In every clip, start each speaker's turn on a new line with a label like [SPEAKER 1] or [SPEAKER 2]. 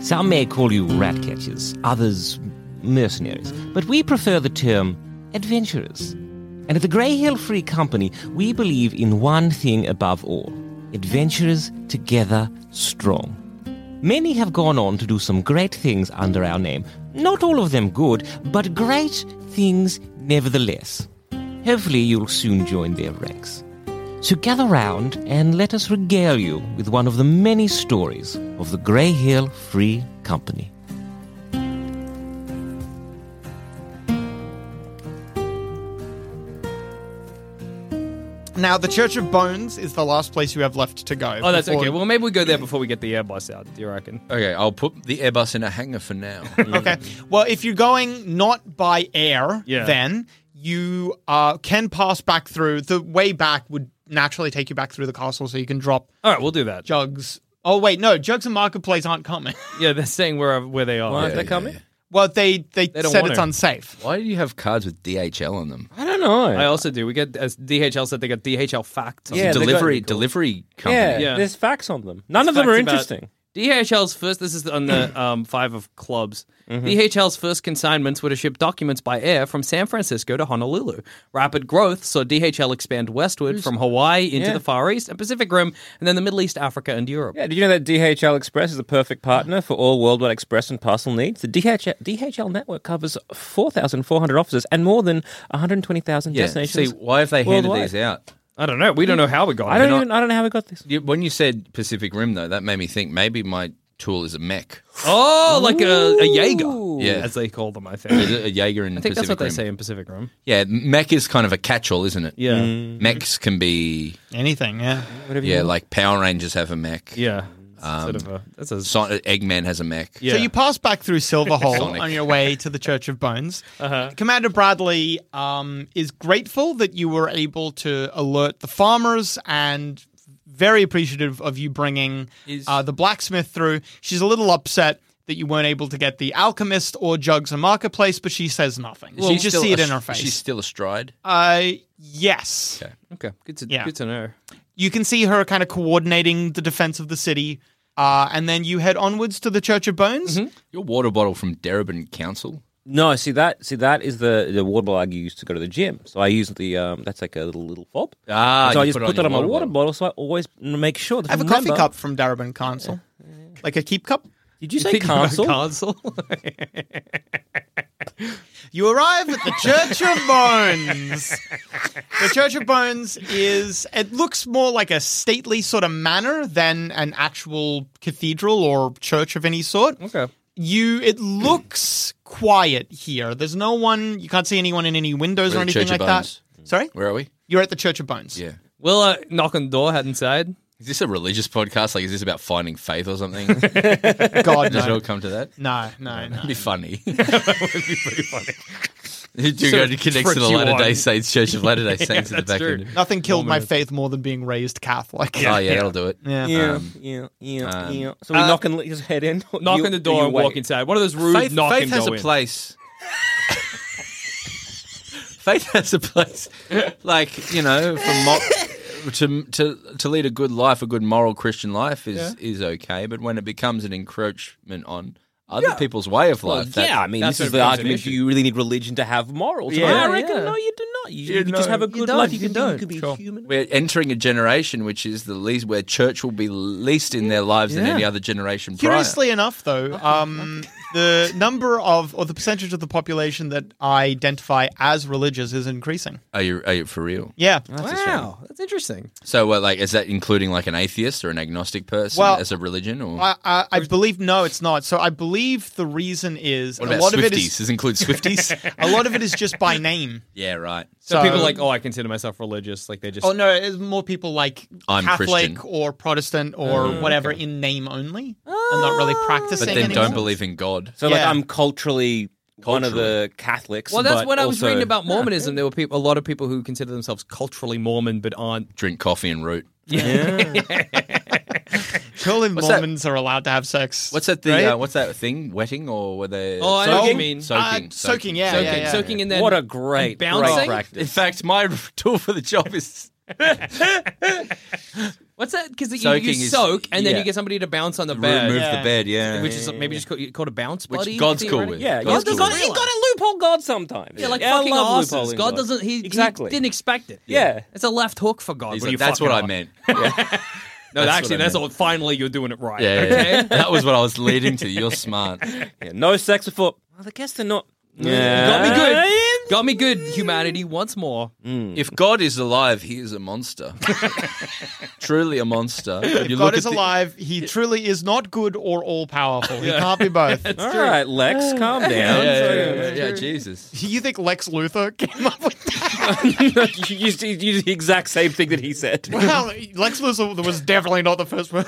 [SPEAKER 1] Some may call you rat catchers, others mercenaries, but we prefer the term adventurers. And at the Grey Hill Free Company, we believe in one thing above all adventurers together strong. Many have gone on to do some great things under our name. Not all of them good, but great things nevertheless. Hopefully, you'll soon join their ranks. So gather round and let us regale you with one of the many stories of the Grey Hill Free Company.
[SPEAKER 2] Now, the Church of Bones is the last place you have left to go.
[SPEAKER 3] Oh, that's
[SPEAKER 2] before-
[SPEAKER 3] okay. Well, maybe we go there before we get the airbus out. Do you reckon?
[SPEAKER 4] Okay, I'll put the Airbus in a hangar for now.
[SPEAKER 2] okay. Well, if you're going not by air,
[SPEAKER 3] Yeah.
[SPEAKER 2] then you uh, can pass back through. The way back would naturally take you back through the castle, so you can drop
[SPEAKER 3] All right, we'll do that.
[SPEAKER 2] jugs. Oh wait, no, jugs and marketplace aren't coming.
[SPEAKER 3] Yeah, they're saying where where they are.
[SPEAKER 4] Why aren't
[SPEAKER 3] Yeah,
[SPEAKER 4] they
[SPEAKER 3] yeah,
[SPEAKER 4] coming?
[SPEAKER 3] yeah.
[SPEAKER 2] well, they they,
[SPEAKER 3] They don't
[SPEAKER 2] said
[SPEAKER 3] want
[SPEAKER 2] it's
[SPEAKER 3] to.
[SPEAKER 2] unsafe.
[SPEAKER 4] Why do you have cards with DHL on them?
[SPEAKER 1] I don't know.
[SPEAKER 3] I also do. We get as DHL said they got DHL
[SPEAKER 4] It's
[SPEAKER 3] fact.
[SPEAKER 4] a
[SPEAKER 1] Yeah, they got-
[SPEAKER 4] delivery delivery
[SPEAKER 1] yeah,
[SPEAKER 4] company.
[SPEAKER 3] Yeah.
[SPEAKER 1] there's facts on them. None of
[SPEAKER 3] Facts
[SPEAKER 1] them are
[SPEAKER 3] about-
[SPEAKER 1] interesting.
[SPEAKER 3] DHL's first. This is on the um, five of clubs.
[SPEAKER 1] Mm-hmm.
[SPEAKER 3] DHL's first consignments were to ship documents by air from San Francisco to Honolulu. Rapid growth saw DHL expand westward from Hawaii into
[SPEAKER 1] Yeah.
[SPEAKER 3] the Far East and Pacific Rim, and then the Middle East, Africa, and Europe.
[SPEAKER 1] Yeah, did you know that DHL Express is the perfect partner for all worldwide express and parcel needs? The DHL, DHL network covers 4,400 offices and more than 120,000
[SPEAKER 4] See,
[SPEAKER 1] destinations.
[SPEAKER 4] why have they handed
[SPEAKER 1] worldwide.
[SPEAKER 4] these out?
[SPEAKER 3] I don't know. We don't know how we got.
[SPEAKER 1] Mm. I
[SPEAKER 3] here.
[SPEAKER 1] don't even I don't know how we got this.
[SPEAKER 4] You- When you said Pacific Rim, though, that made me think maybe my tool is a mech.
[SPEAKER 3] Oh, like a, a
[SPEAKER 1] Ooh.
[SPEAKER 3] Jaeger,
[SPEAKER 4] Yeah.
[SPEAKER 3] as they call them. I
[SPEAKER 4] Is
[SPEAKER 3] think.
[SPEAKER 4] it a Jaeger in
[SPEAKER 3] I think
[SPEAKER 4] Pacific
[SPEAKER 3] that's what they
[SPEAKER 4] Rim?
[SPEAKER 3] say in Pacific Rim.
[SPEAKER 4] Yeah, mech is kind of a catch-all, isn't it?
[SPEAKER 3] Yeah.
[SPEAKER 4] Mechs can be,
[SPEAKER 2] Anything, yeah.
[SPEAKER 1] Whatever you
[SPEAKER 4] yeah,
[SPEAKER 1] want.
[SPEAKER 4] like Power Rangers have a mech.
[SPEAKER 3] Yeah. It's sort
[SPEAKER 1] Oh.
[SPEAKER 3] of a, that's a,
[SPEAKER 4] So- Eggman has a mech.
[SPEAKER 3] yeah.
[SPEAKER 2] So you pass back through Silver Hole
[SPEAKER 4] Sonic. Uh-huh.
[SPEAKER 2] on your way to the Church of Bones. Commander Bradley um, is grateful that you were able to alert the farmers and very appreciative of you bringing uh, the blacksmith through. She's a little upset that you weren't able to get the alchemist or Jugs and Marketplace, but she says nothing.
[SPEAKER 4] Is she
[SPEAKER 2] you just
[SPEAKER 4] still
[SPEAKER 2] see it
[SPEAKER 4] a-
[SPEAKER 2] in her face.
[SPEAKER 4] She's still astride.
[SPEAKER 2] uh, yes.
[SPEAKER 3] okay. Good to,
[SPEAKER 2] Yeah.
[SPEAKER 3] good to know.
[SPEAKER 2] You can see her kind of coordinating the defense of the city. Uh, and then you head onwards to the Church of Bones.
[SPEAKER 4] Your water bottle from Derebin Council.
[SPEAKER 1] No, see that see that is the the water bottle I use to go to the gym. So I use the um that's like a little little fob.
[SPEAKER 4] Ah,
[SPEAKER 1] so I
[SPEAKER 4] you
[SPEAKER 1] just
[SPEAKER 4] put
[SPEAKER 1] put,
[SPEAKER 4] it on
[SPEAKER 1] that
[SPEAKER 4] your
[SPEAKER 1] on
[SPEAKER 4] water
[SPEAKER 1] my water,
[SPEAKER 4] bottle.
[SPEAKER 1] bottle. So I always make sure that
[SPEAKER 2] have a
[SPEAKER 1] I
[SPEAKER 2] coffee
[SPEAKER 1] remember-
[SPEAKER 2] cup from Darabin Council, like a keep cup.
[SPEAKER 1] Did you say council?
[SPEAKER 3] Council.
[SPEAKER 2] You arrive at the Church of Bones. the Church of Bones is, it looks more like a stately sort of manor than an actual cathedral or church of any sort.
[SPEAKER 3] okay.
[SPEAKER 2] You, it looks quiet here. There's no one, you can't see anyone in any windows
[SPEAKER 4] We're
[SPEAKER 2] or
[SPEAKER 4] at the
[SPEAKER 2] anything
[SPEAKER 4] Church of
[SPEAKER 2] like
[SPEAKER 4] Bones.
[SPEAKER 2] that. Sorry?
[SPEAKER 4] Where are we?
[SPEAKER 2] You're at the Church of Bones.
[SPEAKER 4] Yeah.
[SPEAKER 3] We'll uh, knock on the door, head inside.
[SPEAKER 4] Is this a religious podcast? Like, is this about finding faith or something? Does it
[SPEAKER 2] God,
[SPEAKER 4] all
[SPEAKER 2] no.
[SPEAKER 4] come to that?
[SPEAKER 2] No, no, no.
[SPEAKER 4] That'd be funny. You do go
[SPEAKER 3] Sort
[SPEAKER 4] to
[SPEAKER 3] of
[SPEAKER 4] connects to the
[SPEAKER 3] trick you
[SPEAKER 4] Latter Day
[SPEAKER 3] on.
[SPEAKER 4] Saints Church of Latter Day Saints in the
[SPEAKER 3] that's
[SPEAKER 4] back
[SPEAKER 3] true.
[SPEAKER 4] end.
[SPEAKER 2] Nothing killed my faith more than being raised Catholic.
[SPEAKER 4] Oh yeah, that'll do it.
[SPEAKER 2] Yeah.
[SPEAKER 1] Yeah, yeah, yeah, yeah. So we knock and just head in. Or
[SPEAKER 3] Knock
[SPEAKER 1] you-
[SPEAKER 3] on the
[SPEAKER 1] do
[SPEAKER 3] door
[SPEAKER 1] you
[SPEAKER 3] and
[SPEAKER 1] wait?
[SPEAKER 3] walk inside. One of those rude
[SPEAKER 4] faith
[SPEAKER 3] knock
[SPEAKER 4] faith
[SPEAKER 3] and
[SPEAKER 4] has
[SPEAKER 3] go
[SPEAKER 4] a
[SPEAKER 3] in.
[SPEAKER 4] place. Faith has a place, like you know, for mo- to to to lead a good life, a good moral Christian life is is okay. But when it becomes an encroachment on other people's way of
[SPEAKER 5] Well,
[SPEAKER 4] life, that-
[SPEAKER 5] yeah, I mean,
[SPEAKER 3] that's
[SPEAKER 5] this is the
[SPEAKER 3] what it becomes an
[SPEAKER 5] argument.
[SPEAKER 3] issue.
[SPEAKER 5] Do you really need religion to have morals?
[SPEAKER 3] Yeah.
[SPEAKER 5] I reckon
[SPEAKER 3] Yeah.
[SPEAKER 5] no, you do not. You,
[SPEAKER 4] You
[SPEAKER 5] you can just
[SPEAKER 4] know,
[SPEAKER 5] have a
[SPEAKER 4] you
[SPEAKER 5] good
[SPEAKER 4] don't,
[SPEAKER 5] life. You
[SPEAKER 4] you
[SPEAKER 5] can, be, you
[SPEAKER 4] don't.
[SPEAKER 5] can be
[SPEAKER 4] Sure.
[SPEAKER 5] human.
[SPEAKER 4] we're entering a generation which is the least where church will be least in their lives than
[SPEAKER 3] Yeah.
[SPEAKER 4] any other generation. prior.
[SPEAKER 2] Curiously enough, though, um, the number of or the percentage of the population that identify as religious is increasing.
[SPEAKER 4] are you are you for real?
[SPEAKER 2] Yeah.
[SPEAKER 3] Wow, that's interesting.
[SPEAKER 4] So, what, like, is that including like an atheist or an agnostic person
[SPEAKER 2] Well,
[SPEAKER 4] as a religion, or
[SPEAKER 2] I, I, I believe no, it's not. So I believe the reason is
[SPEAKER 4] what
[SPEAKER 2] a
[SPEAKER 4] about
[SPEAKER 2] lot
[SPEAKER 4] Swifties?
[SPEAKER 2] of it is
[SPEAKER 4] Does it include Swifties?
[SPEAKER 2] a lot of it is just by name.
[SPEAKER 4] yeah, right.
[SPEAKER 3] So,
[SPEAKER 2] So-
[SPEAKER 3] people are like, oh, I consider myself religious. Like they just.
[SPEAKER 2] Oh no, it's more people like
[SPEAKER 4] I'm
[SPEAKER 2] Catholic
[SPEAKER 4] Christian.
[SPEAKER 2] or Protestant or whatever in name only, and not really practicing.
[SPEAKER 4] But then
[SPEAKER 2] anymore.
[SPEAKER 4] don't believe in God.
[SPEAKER 5] So like
[SPEAKER 2] Yeah.
[SPEAKER 5] I'm culturally, one of the Catholics.
[SPEAKER 3] Well, that's
[SPEAKER 5] but
[SPEAKER 3] when I was
[SPEAKER 5] also-
[SPEAKER 3] reading about Mormonism. There were people, a lot of people who consider themselves culturally Mormon, but aren't.
[SPEAKER 4] Drink coffee and root.
[SPEAKER 2] Surely
[SPEAKER 4] that-
[SPEAKER 2] Mormons are allowed to have sex.
[SPEAKER 4] What's that? The
[SPEAKER 2] right?
[SPEAKER 4] uh, what's that thing? Wetting or were they?
[SPEAKER 3] Oh, I know what you
[SPEAKER 4] soaking?
[SPEAKER 3] mean.
[SPEAKER 4] Soaking,
[SPEAKER 2] Uh, soaking, yeah,
[SPEAKER 4] soaking.
[SPEAKER 2] yeah, yeah.
[SPEAKER 3] soaking in their
[SPEAKER 5] What a great,
[SPEAKER 3] bouncing?
[SPEAKER 5] great
[SPEAKER 4] In
[SPEAKER 5] practice.
[SPEAKER 4] fact, my tool for the job is
[SPEAKER 3] What's that? Because you,
[SPEAKER 4] Soaking
[SPEAKER 3] you
[SPEAKER 4] is-
[SPEAKER 3] soak and then
[SPEAKER 4] yeah.
[SPEAKER 3] you get somebody to bounce on the bed,
[SPEAKER 4] remove
[SPEAKER 2] Yeah.
[SPEAKER 4] the bed. Yeah,
[SPEAKER 3] which is maybe just called, called a bounce
[SPEAKER 4] Which
[SPEAKER 3] buddy.
[SPEAKER 4] God's cool
[SPEAKER 3] theoretically.
[SPEAKER 4] with.
[SPEAKER 5] Yeah,
[SPEAKER 4] God's
[SPEAKER 5] you
[SPEAKER 4] cool.
[SPEAKER 5] got to loophole God sometimes.
[SPEAKER 3] Yeah, like
[SPEAKER 5] I
[SPEAKER 3] fucking
[SPEAKER 5] love
[SPEAKER 3] asses.
[SPEAKER 5] loopholing
[SPEAKER 3] God, doesn't. He, he
[SPEAKER 5] exactly
[SPEAKER 3] didn't expect it.
[SPEAKER 5] Yeah.
[SPEAKER 3] it's a left hook for God.
[SPEAKER 4] He's
[SPEAKER 3] What
[SPEAKER 4] like,
[SPEAKER 3] do you
[SPEAKER 4] that's what
[SPEAKER 3] fucking
[SPEAKER 4] I
[SPEAKER 3] want?"
[SPEAKER 4] meant.
[SPEAKER 3] No,
[SPEAKER 4] That's
[SPEAKER 3] actually,
[SPEAKER 4] what I
[SPEAKER 3] that's
[SPEAKER 4] meant.
[SPEAKER 3] all. Finally, you're doing it right.
[SPEAKER 4] Yeah, yeah,
[SPEAKER 3] okay?
[SPEAKER 4] yeah. that was what I was leading to. You're smart.
[SPEAKER 5] Yeah, no sex before. Well, I guess they're not. Yeah.
[SPEAKER 3] Got me good. Got me good. Humanity once more.
[SPEAKER 4] If God is alive, he is a monster. Truly a monster.
[SPEAKER 2] If God is alive, he truly is not good or all powerful. He can't be both.
[SPEAKER 5] All right, Lex, calm down.
[SPEAKER 4] Yeah, yeah, yeah, yeah, yeah, Jesus.
[SPEAKER 2] Do you think Lex Luthor came up with that?
[SPEAKER 5] you used you used the exact same thing that he said.
[SPEAKER 2] Well, Lex Luthor was definitely not the first one.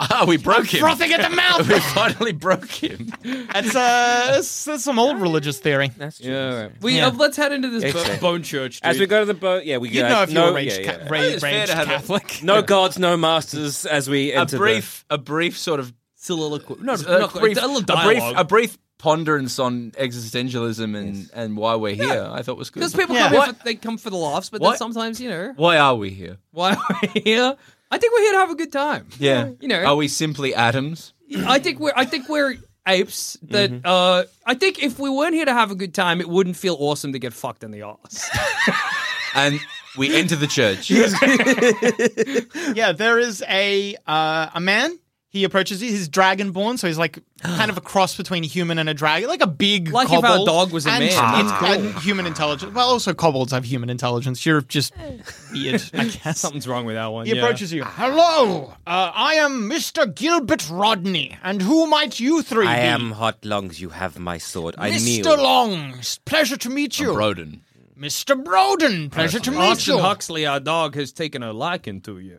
[SPEAKER 4] Ah, we broke him.
[SPEAKER 2] Frothing at the mouth.
[SPEAKER 4] We finally broke him.
[SPEAKER 2] That's, uh, that's, that's some old religious theory.
[SPEAKER 5] That's true.
[SPEAKER 3] Yeah, all right. We uh, let's head into this bo- bone church.
[SPEAKER 5] As
[SPEAKER 3] dude.
[SPEAKER 5] we go to the boat, yeah, we
[SPEAKER 2] You'd
[SPEAKER 5] go.
[SPEAKER 2] know if you
[SPEAKER 5] no,
[SPEAKER 2] were raged,
[SPEAKER 5] yeah, yeah.
[SPEAKER 2] Ca- ra-
[SPEAKER 4] It's fair
[SPEAKER 2] raged
[SPEAKER 4] to have a-
[SPEAKER 2] Catholic.
[SPEAKER 5] no gods, no masters. As we
[SPEAKER 4] a
[SPEAKER 5] enter the-
[SPEAKER 4] brief, a brief sort of
[SPEAKER 3] soliloquy. No,
[SPEAKER 4] s-
[SPEAKER 3] no,
[SPEAKER 4] brief,
[SPEAKER 3] a little
[SPEAKER 4] a brief,
[SPEAKER 3] dialogue.
[SPEAKER 4] a brief ponderance on existentialism and, and why we're here. I thought was good.
[SPEAKER 3] Because people
[SPEAKER 2] Yeah.
[SPEAKER 3] come here
[SPEAKER 4] What-
[SPEAKER 3] for, they come for the laughs, but then
[SPEAKER 4] What?
[SPEAKER 3] sometimes you know
[SPEAKER 4] why are we here?
[SPEAKER 3] why are we here? I think we're here to have a good time.
[SPEAKER 4] Yeah,
[SPEAKER 3] You know.
[SPEAKER 4] are we simply atoms?
[SPEAKER 3] I think we're I think we're apes that uh I think if we weren't here to have a good time, it wouldn't feel awesome to get fucked in the ass.
[SPEAKER 4] And we enter the church.
[SPEAKER 2] Yeah, there is a uh, a man. He approaches you. He's dragonborn, so he's like kind of a cross between human and a dragon, like a big
[SPEAKER 3] Like if our
[SPEAKER 2] kobold.
[SPEAKER 3] dog was a
[SPEAKER 2] and,
[SPEAKER 3] man. Ah. That's
[SPEAKER 2] and- and human intelligence. Well, also kobolds have human intelligence. You're just weird, I guess.
[SPEAKER 3] Something's wrong with that one.
[SPEAKER 2] He
[SPEAKER 3] yeah.
[SPEAKER 2] approaches you. Hello, uh, I am Mr. Gilbert Rodney, and who might you three
[SPEAKER 5] I
[SPEAKER 2] be?
[SPEAKER 5] am hot lungs. You have my sword. I
[SPEAKER 2] Mr.
[SPEAKER 5] kneel.
[SPEAKER 2] Long. s- Pleasure to meet you,
[SPEAKER 4] Broden.
[SPEAKER 2] Mr. Broden. Pleasure to meet
[SPEAKER 3] Austin
[SPEAKER 2] you.
[SPEAKER 3] Huxley, our dog, has taken a liking to you.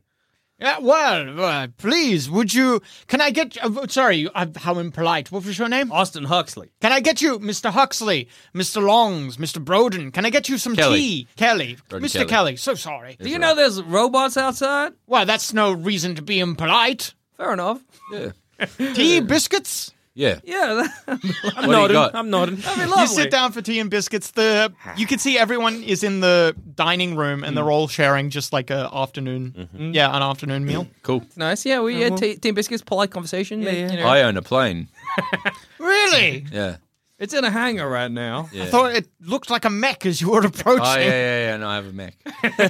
[SPEAKER 2] Yeah, well, uh, please, would you? Can I get? Uh, sorry, uh, how impolite. What was your name?
[SPEAKER 3] Austin Huxley.
[SPEAKER 2] Can I get you, Mr. Huxley, Mr. Longs, Mr. Broden? Can I get you some
[SPEAKER 4] Kelly.
[SPEAKER 2] tea? Kelly.
[SPEAKER 4] Broden
[SPEAKER 2] Mr.
[SPEAKER 4] Kelly.
[SPEAKER 2] Kelly. so sorry.
[SPEAKER 3] Do you know there's robots outside?
[SPEAKER 2] Well, that's no reason to be impolite.
[SPEAKER 3] Fair enough.
[SPEAKER 4] Yeah.
[SPEAKER 2] tea, biscuits?
[SPEAKER 4] Yeah.
[SPEAKER 3] Yeah, that,
[SPEAKER 5] I'm
[SPEAKER 4] What do
[SPEAKER 5] nodding.
[SPEAKER 4] you got?
[SPEAKER 5] I'm nodding.
[SPEAKER 3] that'd be lovely.
[SPEAKER 2] You sit down for tea and biscuits. The you can see everyone is in the dining room and
[SPEAKER 4] Mm.
[SPEAKER 2] they're all sharing just like a afternoon,
[SPEAKER 4] Mm-hmm.
[SPEAKER 2] yeah, an afternoon meal.
[SPEAKER 4] Cool.
[SPEAKER 3] Nice. Yeah, we had tea, tea and biscuits, polite conversation. but, you know,
[SPEAKER 4] I own a plane.
[SPEAKER 2] Really?
[SPEAKER 4] Yeah.
[SPEAKER 3] it's in a hangar right now.
[SPEAKER 2] I thought it looked like a mech as you were approaching.
[SPEAKER 4] Oh yeah, yeah, yeah. No, I have a Mac.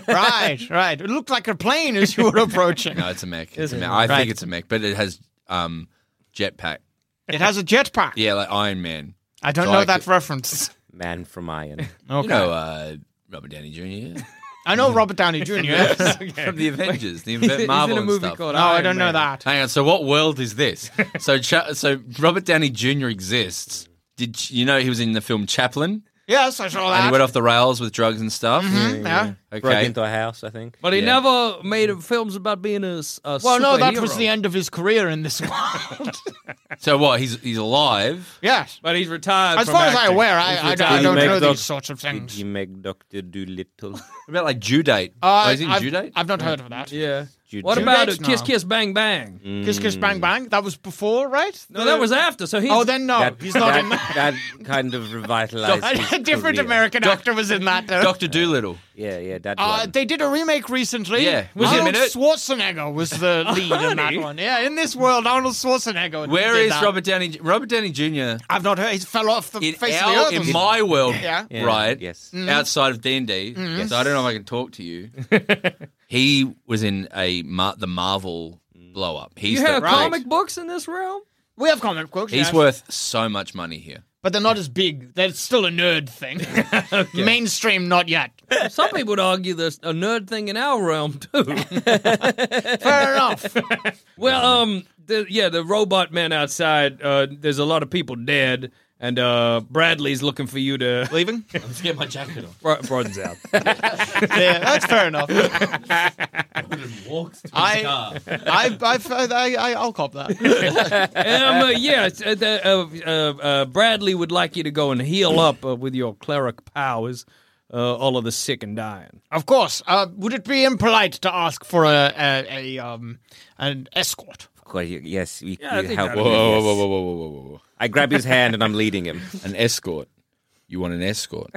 [SPEAKER 2] right, right. It looked like a plane as you were approaching.
[SPEAKER 4] No, it's a Mac. It's a Mac. I
[SPEAKER 2] Right.
[SPEAKER 4] think it's a Mac, but it has um, jetpack.
[SPEAKER 2] It has a jetpack.
[SPEAKER 4] Yeah, like Iron Man.
[SPEAKER 2] I don't
[SPEAKER 4] So
[SPEAKER 2] know
[SPEAKER 4] I
[SPEAKER 2] that
[SPEAKER 4] could-
[SPEAKER 2] reference.
[SPEAKER 5] Man from Iron.
[SPEAKER 2] Okay.
[SPEAKER 4] You know, uh, Robert Downey Jr.
[SPEAKER 2] I know Robert Downey Jr.
[SPEAKER 4] from the Avengers, the
[SPEAKER 3] He's
[SPEAKER 4] Inve-
[SPEAKER 3] in
[SPEAKER 4] Marvel
[SPEAKER 3] a
[SPEAKER 4] and
[SPEAKER 3] movie
[SPEAKER 4] stuff.
[SPEAKER 3] called
[SPEAKER 2] No, I don't know
[SPEAKER 3] Iron Man.
[SPEAKER 2] that.
[SPEAKER 4] Hang on. So, what world is this? so, Cha- so Robert Downey Jr. exists. Did ch- you know he was in the film Chaplin,
[SPEAKER 2] Yes, I saw
[SPEAKER 4] and he
[SPEAKER 2] that. Mm-hmm,
[SPEAKER 4] went off the rails with drugs and stuff?
[SPEAKER 2] yeah.
[SPEAKER 5] Broke
[SPEAKER 4] Okay.
[SPEAKER 5] into a house, I think.
[SPEAKER 3] But he
[SPEAKER 4] Yeah.
[SPEAKER 3] never made films about being a, s- a
[SPEAKER 2] Well, no, that was
[SPEAKER 3] superhero.
[SPEAKER 2] the end of his career in this world.
[SPEAKER 4] So what? He's he's alive.
[SPEAKER 2] yes.
[SPEAKER 3] But he's retired.
[SPEAKER 2] As
[SPEAKER 3] from
[SPEAKER 2] far as I'm
[SPEAKER 3] acting.
[SPEAKER 2] aware, I, I, I
[SPEAKER 5] retired.
[SPEAKER 2] don't
[SPEAKER 5] He
[SPEAKER 2] know
[SPEAKER 5] made the-
[SPEAKER 2] these sorts of
[SPEAKER 5] Did
[SPEAKER 2] things.
[SPEAKER 5] you make Doctor Doolittle?
[SPEAKER 4] What about like Judate?
[SPEAKER 2] Uh,
[SPEAKER 4] oh, he's in
[SPEAKER 2] I've,
[SPEAKER 4] Judate.
[SPEAKER 2] I've not heard of that.
[SPEAKER 3] Yeah. What about
[SPEAKER 2] That's
[SPEAKER 3] a kiss,
[SPEAKER 2] not-
[SPEAKER 3] kiss, bang, bang?
[SPEAKER 2] Kiss Kiss Bang Bang. That was before, right?
[SPEAKER 3] No, that was after. So he's
[SPEAKER 2] Oh, then no,
[SPEAKER 5] That,
[SPEAKER 2] he's not
[SPEAKER 5] that,
[SPEAKER 2] in that.
[SPEAKER 5] that kind of revitalized. his
[SPEAKER 2] A different
[SPEAKER 5] career.
[SPEAKER 2] American actor was in that. uh, Though.
[SPEAKER 4] Doctor Doolittle.
[SPEAKER 5] Yeah, yeah, that
[SPEAKER 2] Uh,
[SPEAKER 5] one.
[SPEAKER 2] they did a remake recently.
[SPEAKER 4] Yeah. Was it a
[SPEAKER 2] Arnold
[SPEAKER 4] minute?
[SPEAKER 2] Schwarzenegger was the lead in that
[SPEAKER 3] Really?
[SPEAKER 2] one. Yeah, in this world, Arnold Schwarzenegger.
[SPEAKER 4] Where
[SPEAKER 2] did
[SPEAKER 4] is
[SPEAKER 2] that.
[SPEAKER 4] Robert Downey? Robert Downey Jr.
[SPEAKER 2] I've not heard. He fell off the
[SPEAKER 4] in
[SPEAKER 2] face
[SPEAKER 4] our-
[SPEAKER 2] of the earth.
[SPEAKER 4] in my world,
[SPEAKER 2] Yeah.
[SPEAKER 5] Yeah,
[SPEAKER 4] right?
[SPEAKER 5] yes.
[SPEAKER 4] Outside of D and D, so I don't know if I can talk to you. he was in a Mar- the Marvel blow up. He's
[SPEAKER 3] you have
[SPEAKER 4] the,
[SPEAKER 3] comic books in this realm.
[SPEAKER 2] we have comic books.
[SPEAKER 4] He's
[SPEAKER 2] yes.
[SPEAKER 4] worth so much money here.
[SPEAKER 2] but they're not as big. They're still a nerd thing. Mainstream, not yet.
[SPEAKER 3] Some people would argue there's a nerd thing in our realm too.
[SPEAKER 2] Fair enough.
[SPEAKER 3] well, um, the, yeah, the robot man outside. Uh, there's a lot of people dead, and uh, Bradley's looking for you to
[SPEAKER 2] Leaving?
[SPEAKER 4] Let's get my jacket on.
[SPEAKER 3] Bro- broaden's out.
[SPEAKER 2] Yeah, that's fair enough. I, I, I, I, I, I'll cop that.
[SPEAKER 3] um, uh, yeah, it's, uh, the, uh, uh, uh, Bradley would like you to go and heal up uh, with your cleric powers, uh, all of the sick and dying.
[SPEAKER 2] Of course. Uh, would it be impolite to ask for a, a, a um, an escort?
[SPEAKER 5] Of course, you- yes, we,
[SPEAKER 3] Yeah, I
[SPEAKER 5] you
[SPEAKER 3] think
[SPEAKER 5] help.
[SPEAKER 3] that-
[SPEAKER 5] him,
[SPEAKER 4] Whoa,
[SPEAKER 5] yes.
[SPEAKER 4] whoa, whoa, whoa, whoa, whoa, whoa,
[SPEAKER 5] I grab his hand and I'm leading him.
[SPEAKER 4] An escort. You want an escort?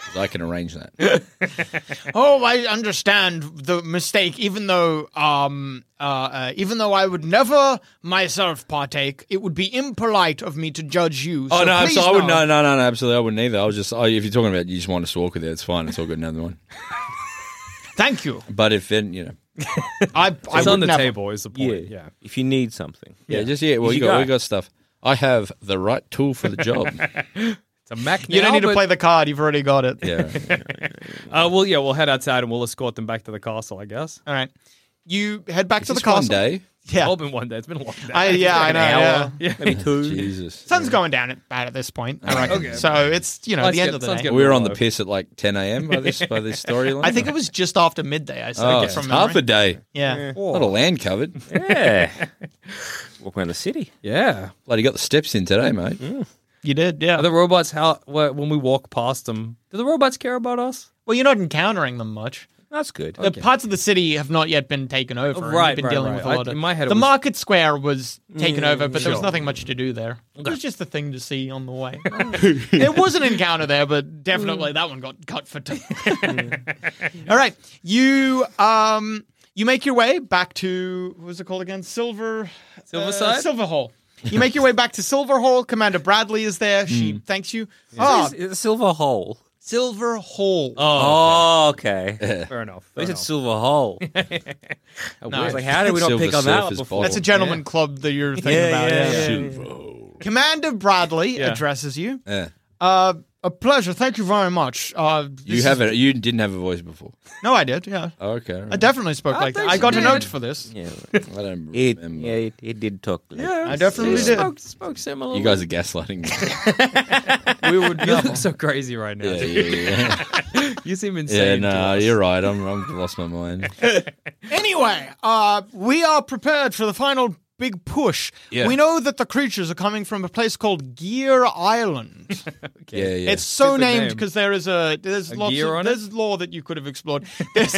[SPEAKER 4] 'Cause I can arrange that.
[SPEAKER 2] Oh, I understand the mistake. Even though, um, uh, uh, even though I would never myself partake, it would be impolite of me to judge you. So
[SPEAKER 4] Oh no,
[SPEAKER 2] please
[SPEAKER 4] so I would
[SPEAKER 2] know.
[SPEAKER 4] no, no, no, no, absolutely, I wouldn't either. I was just, oh, if you're talking about, you just want us to walk with it, it's fine. It's all good. Another one.
[SPEAKER 2] Thank you.
[SPEAKER 4] But if then, you know,
[SPEAKER 2] I, I
[SPEAKER 3] It's
[SPEAKER 2] would
[SPEAKER 3] on the
[SPEAKER 2] never.
[SPEAKER 3] table. Is the point? Yeah.
[SPEAKER 5] If you need something,
[SPEAKER 4] yeah, just yeah. Well,
[SPEAKER 5] He's
[SPEAKER 4] you
[SPEAKER 5] your
[SPEAKER 4] got, we
[SPEAKER 5] guy.
[SPEAKER 4] got stuff. I have the right tool for the job.
[SPEAKER 3] It's a Mac.
[SPEAKER 2] You don't
[SPEAKER 3] now,
[SPEAKER 2] need to
[SPEAKER 3] but-
[SPEAKER 2] play the card. You've already got it.
[SPEAKER 4] yeah.
[SPEAKER 3] Uh, well, yeah, we'll head outside and we'll escort them back to the castle. I guess.
[SPEAKER 2] All right. You head back to the
[SPEAKER 4] Just
[SPEAKER 2] castle.
[SPEAKER 4] one day.
[SPEAKER 2] Yeah.
[SPEAKER 3] Hoping one day. Oh, It's been a long day.
[SPEAKER 2] I, yeah, I know. Yeah.
[SPEAKER 4] Jesus.
[SPEAKER 2] Sun's going down at, bad at this point, I reckon. So it's, you know,
[SPEAKER 3] Let's
[SPEAKER 2] the end
[SPEAKER 3] get-
[SPEAKER 2] of the
[SPEAKER 3] let's
[SPEAKER 2] day.
[SPEAKER 3] get-
[SPEAKER 4] We were on the piss at like 10 a.m. by this by this storyline.
[SPEAKER 2] I think it was just after midday, I
[SPEAKER 4] oh,
[SPEAKER 2] think,
[SPEAKER 4] it's
[SPEAKER 2] from
[SPEAKER 4] half
[SPEAKER 2] memory.
[SPEAKER 4] a day.
[SPEAKER 2] Yeah.
[SPEAKER 4] Not a land covered.
[SPEAKER 5] yeah. Walk around the city.
[SPEAKER 3] Yeah.
[SPEAKER 4] Bloody got the steps in today, mate.
[SPEAKER 2] You did, yeah.
[SPEAKER 3] Are the robots how wh- when we walk past them? Do the robots care about us?
[SPEAKER 2] Well, you're not encountering them much.
[SPEAKER 5] That's good.
[SPEAKER 2] The parts of the city have not yet been taken over.
[SPEAKER 3] Oh,
[SPEAKER 2] and
[SPEAKER 3] right,
[SPEAKER 2] You've been
[SPEAKER 3] right,
[SPEAKER 2] dealing
[SPEAKER 3] right.
[SPEAKER 2] with a
[SPEAKER 3] I-
[SPEAKER 2] lot of.
[SPEAKER 3] in my head it
[SPEAKER 2] the
[SPEAKER 3] was- Mm,
[SPEAKER 2] market square was taken over, but there was
[SPEAKER 3] sure.
[SPEAKER 2] nothing much to do there. It was just a thing to see on the way. there was an encounter there, but definitely that one got cut for two. All right, you um you make your way back to what was it called again? Silver uh,
[SPEAKER 3] Silverside?
[SPEAKER 2] Silver Hall. You make your way back to Silver Hall. Commander Bradley is there. She
[SPEAKER 3] Hmm.
[SPEAKER 2] thanks you. Oh,
[SPEAKER 5] It's a silver hole.
[SPEAKER 2] Silver Hall.
[SPEAKER 5] Oh, okay.
[SPEAKER 3] Fair enough.
[SPEAKER 5] They
[SPEAKER 3] fair
[SPEAKER 5] said
[SPEAKER 3] enough.
[SPEAKER 5] silver hole. I was like, how did we not
[SPEAKER 4] Silver
[SPEAKER 5] pick on that one
[SPEAKER 4] Surfer's
[SPEAKER 5] before?
[SPEAKER 4] bottle.
[SPEAKER 2] That's a gentleman club that you're thinking about. Commander Bradley addresses you.
[SPEAKER 4] Yeah.
[SPEAKER 2] Uh, a pleasure. Thank you very much. Uh, this
[SPEAKER 4] You
[SPEAKER 2] is-
[SPEAKER 4] haven't. You didn't have a voice before.
[SPEAKER 2] No, I did. Yeah,
[SPEAKER 4] Oh, okay. all right.
[SPEAKER 2] I definitely spoke like that.
[SPEAKER 3] think
[SPEAKER 2] I
[SPEAKER 3] she
[SPEAKER 2] got a
[SPEAKER 3] did.
[SPEAKER 2] note for this.
[SPEAKER 4] I don't
[SPEAKER 5] It,
[SPEAKER 4] remember.
[SPEAKER 5] yeah, it, it did talk. Like, yeah.
[SPEAKER 2] I definitely did.
[SPEAKER 3] Spoke, spoke similar.
[SPEAKER 4] You guys are gaslighting me.
[SPEAKER 2] We would
[SPEAKER 3] you look so crazy right now.
[SPEAKER 4] yeah, yeah,
[SPEAKER 3] You seem
[SPEAKER 4] yeah.
[SPEAKER 3] insane.
[SPEAKER 4] yeah
[SPEAKER 3] to
[SPEAKER 4] no,
[SPEAKER 3] us.
[SPEAKER 4] you're right. I'm, I'm lost my mind.
[SPEAKER 2] Anyway, uh, we are prepared for the final big push.
[SPEAKER 4] Yeah.
[SPEAKER 2] We know that the creatures are coming from a place called Gear Island.
[SPEAKER 4] Yeah, yeah.
[SPEAKER 2] It's so
[SPEAKER 3] Stupid
[SPEAKER 2] named
[SPEAKER 3] name.
[SPEAKER 2] because there is a there's lots
[SPEAKER 3] gear
[SPEAKER 2] of,
[SPEAKER 3] on it?
[SPEAKER 2] there's law that you could have explored. There's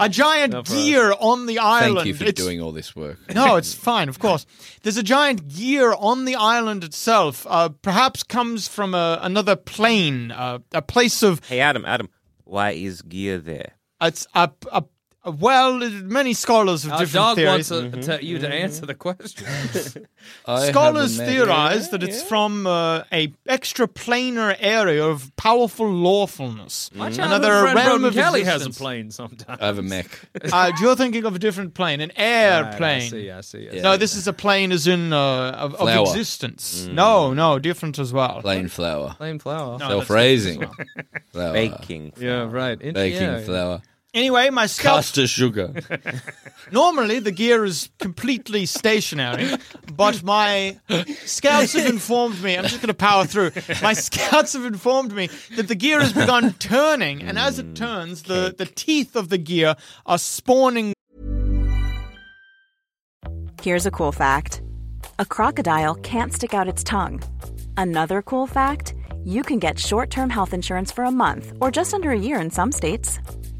[SPEAKER 2] a giant
[SPEAKER 3] for us.
[SPEAKER 2] gear on the island.
[SPEAKER 4] Thank you for
[SPEAKER 2] It's-
[SPEAKER 4] doing all this work.
[SPEAKER 2] No, it's fine, of course. There's a giant gear on the island itself. Uh, perhaps comes from a, another plane, uh, a place of
[SPEAKER 5] Hey, Adam, Adam, why is gear there?
[SPEAKER 2] it's a, a, a well. Many scholars have
[SPEAKER 3] Our
[SPEAKER 2] different
[SPEAKER 3] dog
[SPEAKER 2] theories. Mm-hmm.
[SPEAKER 3] wants uh to, you to answer the question.
[SPEAKER 4] I haven't
[SPEAKER 2] Scholars
[SPEAKER 4] met-
[SPEAKER 2] theorize that it's from uh, a extraplanar area of powerful lawfulness. Another
[SPEAKER 3] friend
[SPEAKER 2] realm
[SPEAKER 3] Broden
[SPEAKER 2] of
[SPEAKER 3] Kelly has a
[SPEAKER 2] existence.
[SPEAKER 3] plane sometimes.
[SPEAKER 4] I have a mech.
[SPEAKER 2] uh, you're thinking of a different plane, an airplane.
[SPEAKER 3] I see. I see. I see.
[SPEAKER 2] No, this is a plane as in uh, of, of
[SPEAKER 4] Flower.
[SPEAKER 2] existence. No, no, different as well.
[SPEAKER 4] Plain flour.
[SPEAKER 3] Plain flower.
[SPEAKER 4] Self raising. Flour.
[SPEAKER 5] Baking.
[SPEAKER 3] Yeah, right. In-
[SPEAKER 4] Baking
[SPEAKER 3] yeah.
[SPEAKER 4] flour.
[SPEAKER 2] Anyway, my scouts
[SPEAKER 4] Caster sugar.
[SPEAKER 2] Normally, the gear is completely stationary, but my scouts have informed me. I'm just going to power through. My scouts have informed me that the gear has begun turning, and as it turns, the, the teeth of the gear are spawning
[SPEAKER 6] Here's a cool fact a crocodile can't stick out its tongue. Another cool fact you can get short term health insurance for a month or just under a year in some states.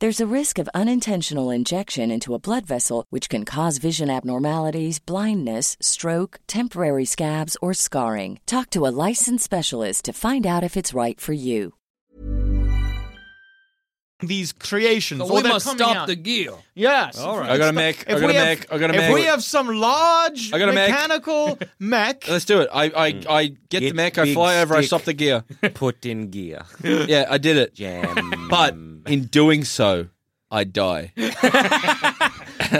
[SPEAKER 7] There's a risk of unintentional injection into a blood vessel, which can cause vision abnormalities, blindness, stroke, temporary scabs, or scarring. Talk to a licensed specialist to find out if it's right for you.
[SPEAKER 2] These creations,
[SPEAKER 3] So
[SPEAKER 2] or
[SPEAKER 3] we
[SPEAKER 2] they're
[SPEAKER 3] must
[SPEAKER 2] coming
[SPEAKER 3] stop
[SPEAKER 2] out.
[SPEAKER 3] the gear.
[SPEAKER 2] Yes.
[SPEAKER 3] All right.
[SPEAKER 4] I gotta
[SPEAKER 2] Stop-
[SPEAKER 4] make, I
[SPEAKER 2] if
[SPEAKER 4] gotta
[SPEAKER 2] we have-
[SPEAKER 4] make, I gotta
[SPEAKER 2] if
[SPEAKER 4] make.
[SPEAKER 2] we have some large
[SPEAKER 4] I gotta make-
[SPEAKER 2] mechanical mech,
[SPEAKER 4] Let's do it. I, I, I get the
[SPEAKER 5] Get
[SPEAKER 4] mech. I
[SPEAKER 5] big
[SPEAKER 4] fly over. I
[SPEAKER 5] stick.
[SPEAKER 4] stop the gear.
[SPEAKER 5] Put in gear.
[SPEAKER 4] Yeah, I did it.
[SPEAKER 5] Jam.
[SPEAKER 4] But in doing so, I die.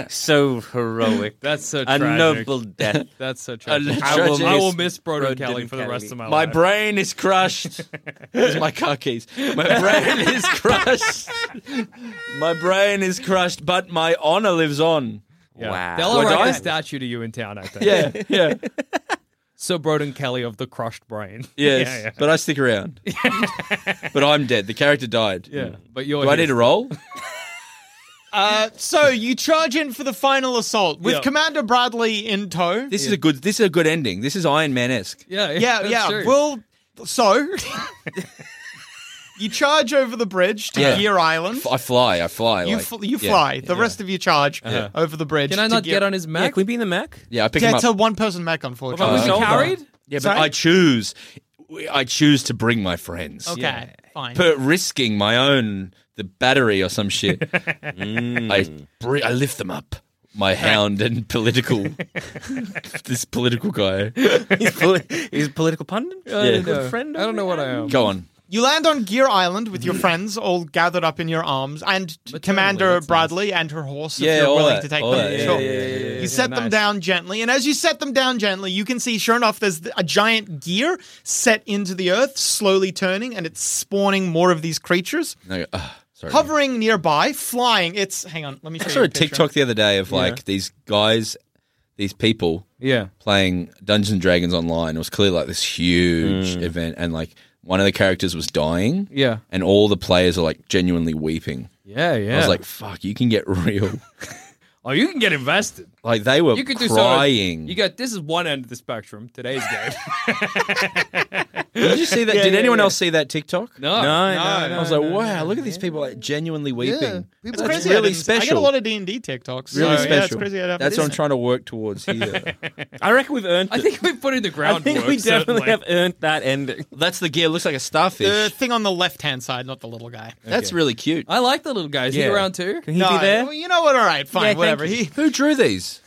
[SPEAKER 5] so heroic.
[SPEAKER 3] That's so
[SPEAKER 5] a
[SPEAKER 3] tragic.
[SPEAKER 5] noble death.
[SPEAKER 3] That's so tragic.
[SPEAKER 4] tragic-
[SPEAKER 3] I will, I will
[SPEAKER 4] Tragic-
[SPEAKER 3] miss Broden
[SPEAKER 5] Broden
[SPEAKER 3] Kelly for the rest
[SPEAKER 5] Kelly.
[SPEAKER 3] of my,
[SPEAKER 4] My
[SPEAKER 3] life.
[SPEAKER 4] brain is crushed. Here's my car keys. My brain is crushed. My brain is crushed, but my honor lives on.
[SPEAKER 5] Wow.
[SPEAKER 3] They'll
[SPEAKER 4] Would
[SPEAKER 3] erect
[SPEAKER 4] I?
[SPEAKER 3] a statue to you in town, I think.
[SPEAKER 4] Yeah, yeah,
[SPEAKER 3] So Broden Kelly of the crushed brain.
[SPEAKER 4] yes.
[SPEAKER 3] Yeah, yeah.
[SPEAKER 4] But I stick around. but I'm dead. The character died.
[SPEAKER 3] Yeah. But
[SPEAKER 4] Do
[SPEAKER 3] you're
[SPEAKER 4] I
[SPEAKER 3] here.
[SPEAKER 4] need a roll?
[SPEAKER 2] uh, so you charge in for the final assault with
[SPEAKER 3] Yeah.
[SPEAKER 2] Commander Bradley in tow.
[SPEAKER 4] This is a good. This is a good ending. This is Iron Man esque.
[SPEAKER 3] Yeah,
[SPEAKER 2] yeah,
[SPEAKER 3] that's
[SPEAKER 2] yeah.
[SPEAKER 3] true.
[SPEAKER 2] Well, so you charge over the bridge to
[SPEAKER 4] Yeah.
[SPEAKER 2] Gear Island.
[SPEAKER 4] I fly. I fly.
[SPEAKER 2] you
[SPEAKER 4] like,
[SPEAKER 2] fl- you
[SPEAKER 4] yeah,
[SPEAKER 2] fly.
[SPEAKER 4] Yeah,
[SPEAKER 2] the rest of you charge over the bridge.
[SPEAKER 3] Can I
[SPEAKER 2] to
[SPEAKER 3] not
[SPEAKER 2] Gear-
[SPEAKER 3] get on his
[SPEAKER 5] Yeah,
[SPEAKER 3] Mac?
[SPEAKER 5] can we be in the Mac?
[SPEAKER 4] yeah, I pick him
[SPEAKER 2] Yeah,
[SPEAKER 4] up.
[SPEAKER 2] it's a one-person mech, unfortunately.
[SPEAKER 3] Was he
[SPEAKER 4] Uh,
[SPEAKER 3] carried?
[SPEAKER 4] yeah, but
[SPEAKER 2] Sorry?
[SPEAKER 4] I choose. I choose to bring my friends.
[SPEAKER 2] okay, fine.
[SPEAKER 4] per risking my own the battery or some shit.
[SPEAKER 2] Mm.
[SPEAKER 4] I br- I lift them up. My hound and political, this political guy.
[SPEAKER 5] He's, poli- he's a political pundit. Uh,
[SPEAKER 4] Yeah.
[SPEAKER 5] Good friend.
[SPEAKER 3] I don't know what I am.
[SPEAKER 4] Go on.
[SPEAKER 2] You land on Gear Island with your friends all gathered up in your arms, and Commander Bradley and her horse, if
[SPEAKER 4] Yeah,
[SPEAKER 2] you're
[SPEAKER 4] all
[SPEAKER 2] willing
[SPEAKER 4] that,
[SPEAKER 2] to take
[SPEAKER 4] all
[SPEAKER 2] them.
[SPEAKER 4] that, yeah,
[SPEAKER 2] Sure.
[SPEAKER 4] yeah, yeah, yeah,
[SPEAKER 2] you set them down gently, and as you set them down gently, you can see, sure enough, there's a giant gear set into the earth, slowly turning, and it's spawning more of these creatures.
[SPEAKER 4] No, uh, sorry.
[SPEAKER 2] Hovering nearby, flying. It's hang on, let me. Show
[SPEAKER 4] I
[SPEAKER 2] you
[SPEAKER 4] saw a
[SPEAKER 2] picture.
[SPEAKER 4] TikTok the other day of like these guys, these people
[SPEAKER 3] Yeah.
[SPEAKER 4] playing Dungeons and Dragons online. It was clearly like this huge event, and like one of the characters was dying.
[SPEAKER 3] Yeah.
[SPEAKER 4] and all the players are like genuinely weeping.
[SPEAKER 3] Yeah, yeah.
[SPEAKER 4] I was like, "Fuck, you can get real."
[SPEAKER 3] oh, you can get invested.
[SPEAKER 4] like they were
[SPEAKER 3] You could do
[SPEAKER 4] crying.
[SPEAKER 3] So, you got this is one end of the spectrum. Today's game.
[SPEAKER 4] Did you see that? Did anyone else see that TikTok?
[SPEAKER 3] No,
[SPEAKER 5] No,
[SPEAKER 3] no,
[SPEAKER 5] no,
[SPEAKER 4] I was like, wow, look at these people like genuinely weeping.
[SPEAKER 2] It's
[SPEAKER 4] That's
[SPEAKER 2] crazy. I
[SPEAKER 4] really
[SPEAKER 2] didn't- I get
[SPEAKER 4] special.
[SPEAKER 2] a lot of D and D TikToks. so,
[SPEAKER 4] really
[SPEAKER 2] Yeah, it's
[SPEAKER 4] special.
[SPEAKER 2] crazy. how it happens.
[SPEAKER 4] That's what I'm trying to work towards here.
[SPEAKER 5] I reckon we've earned.
[SPEAKER 3] I
[SPEAKER 5] it.
[SPEAKER 3] think we put in the
[SPEAKER 5] I
[SPEAKER 3] groundwork.
[SPEAKER 5] think we definitely
[SPEAKER 3] certainly.
[SPEAKER 5] have earned that ending.
[SPEAKER 4] That's the gear. Looks like a starfish.
[SPEAKER 2] The thing on the left-hand side, not the little guy.
[SPEAKER 4] That's really cute.
[SPEAKER 3] I like the little guy. Is
[SPEAKER 5] Yeah.
[SPEAKER 3] he around too?
[SPEAKER 5] Can he be there?
[SPEAKER 2] well, you know what? All right, fine,
[SPEAKER 5] Yeah, thank
[SPEAKER 2] whatever.
[SPEAKER 5] you.
[SPEAKER 2] He,
[SPEAKER 4] Who drew these?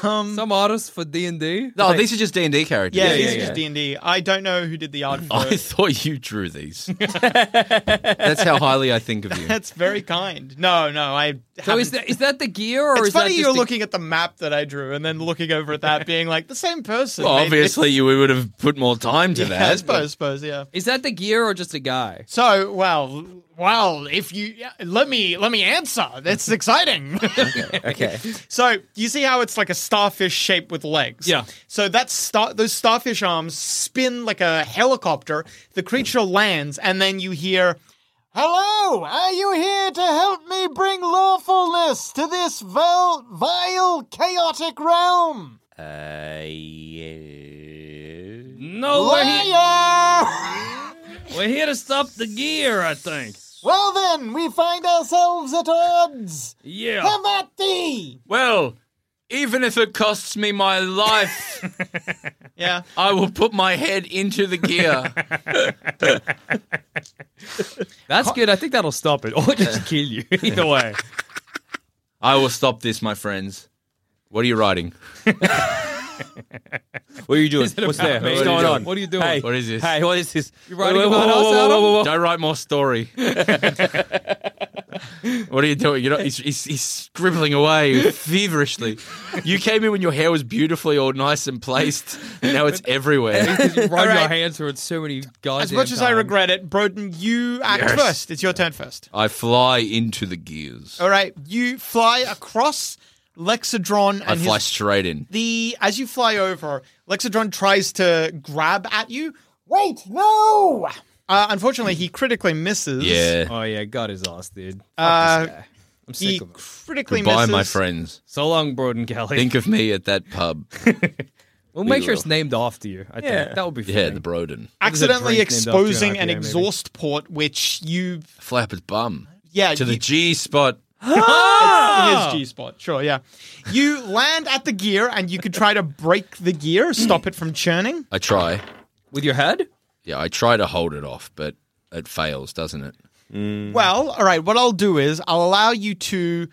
[SPEAKER 3] Some artists for D and D.
[SPEAKER 4] No, Oh, these are just D and D characters.
[SPEAKER 2] yeah, he's just D and D. I don't know who did the art for
[SPEAKER 4] Oh, I
[SPEAKER 2] it.
[SPEAKER 4] thought you drew these. That's how highly I think of you.
[SPEAKER 2] That's very kind. No, no, I.
[SPEAKER 3] So is
[SPEAKER 2] haven't-
[SPEAKER 3] that is that the gear or
[SPEAKER 2] It's
[SPEAKER 3] is that
[SPEAKER 2] funny
[SPEAKER 3] just
[SPEAKER 2] you're
[SPEAKER 3] the-
[SPEAKER 2] looking at the map that I drew and then looking over at that, being like the same person.
[SPEAKER 4] Well,
[SPEAKER 2] made
[SPEAKER 4] obviously, you we would have put more time to
[SPEAKER 2] this. Yeah, I
[SPEAKER 4] that.
[SPEAKER 2] suppose, suppose, yeah.
[SPEAKER 3] Is that the gear or just a guy?
[SPEAKER 2] So, well, well, if you yeah, let me let me answer. That's exciting.
[SPEAKER 5] Okay.
[SPEAKER 2] so you see how it's like a starfish shape with legs.
[SPEAKER 3] Yeah.
[SPEAKER 2] So that star- those starfish arms spin like a helicopter. The creature lands, and then you hear, "Hello, are you here to help me bring lawfulness to this vil- vile, chaotic realm?"
[SPEAKER 5] Uh, yeah.
[SPEAKER 3] No, we're here. we're here to stop the gear, I think.
[SPEAKER 2] Well then, we find ourselves at odds.
[SPEAKER 3] Yeah.
[SPEAKER 2] Have at thee.
[SPEAKER 4] Well, even if it costs me my life,
[SPEAKER 2] yeah,
[SPEAKER 4] I will put my head into the gear.
[SPEAKER 3] That's good. I think that'll stop it, or just kill you. Either way.
[SPEAKER 4] I will stop this, my friends. What are you writing?
[SPEAKER 5] What are you doing?
[SPEAKER 4] Is it
[SPEAKER 5] What's
[SPEAKER 4] about
[SPEAKER 5] there?
[SPEAKER 4] me? What are you
[SPEAKER 5] What's going
[SPEAKER 4] doing?
[SPEAKER 5] on?
[SPEAKER 4] What are you doing?
[SPEAKER 5] Hey,
[SPEAKER 4] What is this?
[SPEAKER 5] Hey, what is this?
[SPEAKER 3] You writing
[SPEAKER 5] Whoa, whoa,
[SPEAKER 3] about
[SPEAKER 5] whoa,
[SPEAKER 3] us,
[SPEAKER 5] whoa,
[SPEAKER 3] Adam?
[SPEAKER 5] whoa, whoa, whoa.
[SPEAKER 4] Don't write more story. what are you doing? You know, he's, he's, he's scribbling away feverishly. You came in when your hair was beautifully all nice and placed. And now it's everywhere.
[SPEAKER 3] You run
[SPEAKER 2] All
[SPEAKER 3] your
[SPEAKER 2] right.
[SPEAKER 3] hands through it so many guys.
[SPEAKER 2] As much as I regret it, Broden, you act
[SPEAKER 4] Yes.
[SPEAKER 2] first. It's your turn first.
[SPEAKER 4] I fly into the gears.
[SPEAKER 2] All right, you fly across Lexodron and
[SPEAKER 4] I fly
[SPEAKER 2] his-
[SPEAKER 4] straight in.
[SPEAKER 2] the as you fly over, Lexodron tries to grab at you. Wait, no! Uh, unfortunately, he critically misses.
[SPEAKER 4] Yeah.
[SPEAKER 3] Oh yeah, God is ass, dude.
[SPEAKER 2] Uh,
[SPEAKER 3] I'm sick
[SPEAKER 2] he
[SPEAKER 3] of him.
[SPEAKER 2] critically
[SPEAKER 4] Goodbye,
[SPEAKER 2] misses.
[SPEAKER 4] my friends.
[SPEAKER 3] So long, Broden Kelly.
[SPEAKER 4] Think of me at that pub.
[SPEAKER 3] we'll
[SPEAKER 4] we
[SPEAKER 3] make sure
[SPEAKER 4] will.
[SPEAKER 3] it's named after you. I think that would be
[SPEAKER 4] Yeah,
[SPEAKER 3] funny.
[SPEAKER 4] the Broden.
[SPEAKER 2] Accidentally
[SPEAKER 3] There's a drink named after an
[SPEAKER 2] exposing
[SPEAKER 3] IPA,
[SPEAKER 2] an
[SPEAKER 3] maybe.
[SPEAKER 2] exhaust port, which you
[SPEAKER 4] Flap his bum.
[SPEAKER 2] yeah
[SPEAKER 4] To the
[SPEAKER 2] you-
[SPEAKER 4] G spot.
[SPEAKER 3] Ah!
[SPEAKER 2] It is G spot. Sure, yeah. You land at the gear, and you could try to break the gear, stop it from churning.
[SPEAKER 4] I try.
[SPEAKER 3] With your head?
[SPEAKER 4] Yeah, I try to hold it off, but it fails, doesn't it?
[SPEAKER 2] Well, all right. What I'll do is I'll allow you to,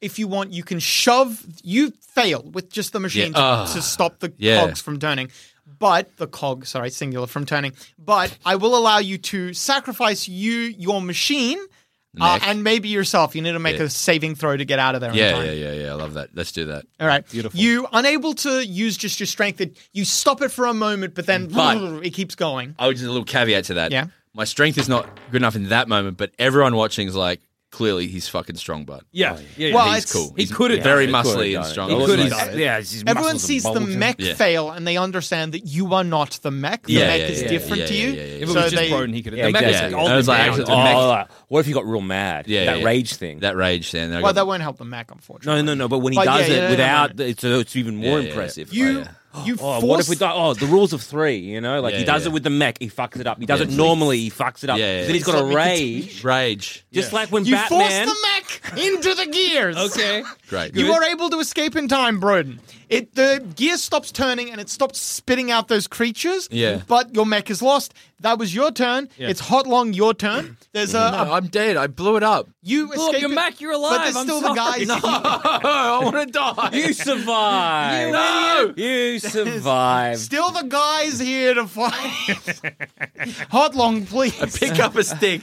[SPEAKER 2] if you want, you can shove. You fail with just the machine
[SPEAKER 4] Yeah,
[SPEAKER 2] to,
[SPEAKER 4] ah,
[SPEAKER 2] to stop the
[SPEAKER 4] yeah.
[SPEAKER 2] cogs from turning, but the cog, sorry, singular from turning. But I will allow you to sacrifice you your machine. Uh,
[SPEAKER 4] Neck.
[SPEAKER 2] and maybe yourself. You need to make
[SPEAKER 4] Yeah.
[SPEAKER 2] a saving throw to get out of there. in
[SPEAKER 4] Yeah,
[SPEAKER 2] time.
[SPEAKER 4] yeah, yeah, yeah. I love that. Let's do that.
[SPEAKER 2] All right. Beautiful. You unable to use just your strength. That you stop it for a moment, but then
[SPEAKER 4] But-
[SPEAKER 2] it keeps going.
[SPEAKER 4] I would just a little caveat to that.
[SPEAKER 2] Yeah.
[SPEAKER 4] My strength is not good enough in that moment, but everyone watching is like, clearly he's fucking strong, but
[SPEAKER 3] Yeah, Oh, yeah. yeah.
[SPEAKER 2] Well,
[SPEAKER 4] he's
[SPEAKER 2] it's-
[SPEAKER 4] cool.
[SPEAKER 3] he
[SPEAKER 4] He's
[SPEAKER 3] could've
[SPEAKER 4] very
[SPEAKER 5] done it.
[SPEAKER 4] muscly
[SPEAKER 5] He
[SPEAKER 4] and
[SPEAKER 5] could've
[SPEAKER 4] strong.
[SPEAKER 5] done it.
[SPEAKER 3] He
[SPEAKER 4] I
[SPEAKER 3] could've
[SPEAKER 4] was
[SPEAKER 3] done
[SPEAKER 4] like,
[SPEAKER 3] it.
[SPEAKER 5] Yeah, it's his
[SPEAKER 2] Everyone
[SPEAKER 5] muscles and
[SPEAKER 2] sees the
[SPEAKER 5] bulges.
[SPEAKER 2] mech
[SPEAKER 4] Yeah.
[SPEAKER 2] fail and they understand that you are not the mech. The
[SPEAKER 4] Yeah,
[SPEAKER 2] mech
[SPEAKER 4] yeah,
[SPEAKER 2] is
[SPEAKER 4] yeah,
[SPEAKER 2] different
[SPEAKER 4] yeah,
[SPEAKER 2] to
[SPEAKER 4] yeah,
[SPEAKER 2] you.
[SPEAKER 4] yeah, yeah, yeah.
[SPEAKER 3] If it was just Broden, he could
[SPEAKER 5] Yeah,
[SPEAKER 3] have done
[SPEAKER 5] exactly.
[SPEAKER 4] I was like, actually, the
[SPEAKER 5] Oh,
[SPEAKER 4] mech-
[SPEAKER 5] like, what if he got real mad?
[SPEAKER 4] Yeah,
[SPEAKER 5] that
[SPEAKER 4] yeah.
[SPEAKER 5] rage thing.
[SPEAKER 4] That rage then. I
[SPEAKER 2] Well,
[SPEAKER 4] got-
[SPEAKER 2] that won't help the mech, unfortunately.
[SPEAKER 5] no, no, no. But when he
[SPEAKER 2] But yeah,
[SPEAKER 5] does
[SPEAKER 2] yeah,
[SPEAKER 5] it
[SPEAKER 2] yeah, yeah,
[SPEAKER 5] without,
[SPEAKER 2] no.
[SPEAKER 5] it's, it's even more
[SPEAKER 4] yeah, yeah.
[SPEAKER 5] impressive.
[SPEAKER 4] You-
[SPEAKER 5] Like,
[SPEAKER 2] You
[SPEAKER 5] Oh,
[SPEAKER 2] force.
[SPEAKER 5] what if we do? Oh, the rules of three. You know, like
[SPEAKER 4] Yeah,
[SPEAKER 5] he does
[SPEAKER 4] yeah.
[SPEAKER 5] it with the mech, he fucks it up. He does
[SPEAKER 4] Yeah,
[SPEAKER 5] it
[SPEAKER 4] please.
[SPEAKER 5] normally, he fucks it up.
[SPEAKER 4] Yeah, yeah, yeah.
[SPEAKER 5] Then he's got
[SPEAKER 4] Let
[SPEAKER 5] a
[SPEAKER 4] me
[SPEAKER 5] rage,
[SPEAKER 4] rage.
[SPEAKER 5] just
[SPEAKER 4] Yeah.
[SPEAKER 5] like when
[SPEAKER 2] you force
[SPEAKER 5] Batman.
[SPEAKER 2] the mech into the gears.
[SPEAKER 3] Okay.
[SPEAKER 4] Great.
[SPEAKER 2] You are able to escape in time, Broden. It the gear stops turning and it stops spitting out those creatures.
[SPEAKER 4] Yeah.
[SPEAKER 2] But your mech is lost. That was your turn. It's hot long your turn. There's a,
[SPEAKER 4] No,
[SPEAKER 2] a
[SPEAKER 4] Oh, I'm dead. I blew it Mm-hmm. up.
[SPEAKER 2] you
[SPEAKER 3] Look,
[SPEAKER 2] escape.
[SPEAKER 3] you're
[SPEAKER 2] it,
[SPEAKER 3] Mac, you're
[SPEAKER 2] But
[SPEAKER 3] alive.
[SPEAKER 2] there's
[SPEAKER 3] I'm
[SPEAKER 2] still
[SPEAKER 3] sorry.
[SPEAKER 2] the guys.
[SPEAKER 4] I want to die.
[SPEAKER 5] you survive. you,
[SPEAKER 4] No!
[SPEAKER 5] you survive.
[SPEAKER 2] Still the guys here to fight. hot long, please.
[SPEAKER 4] Pick up a stick,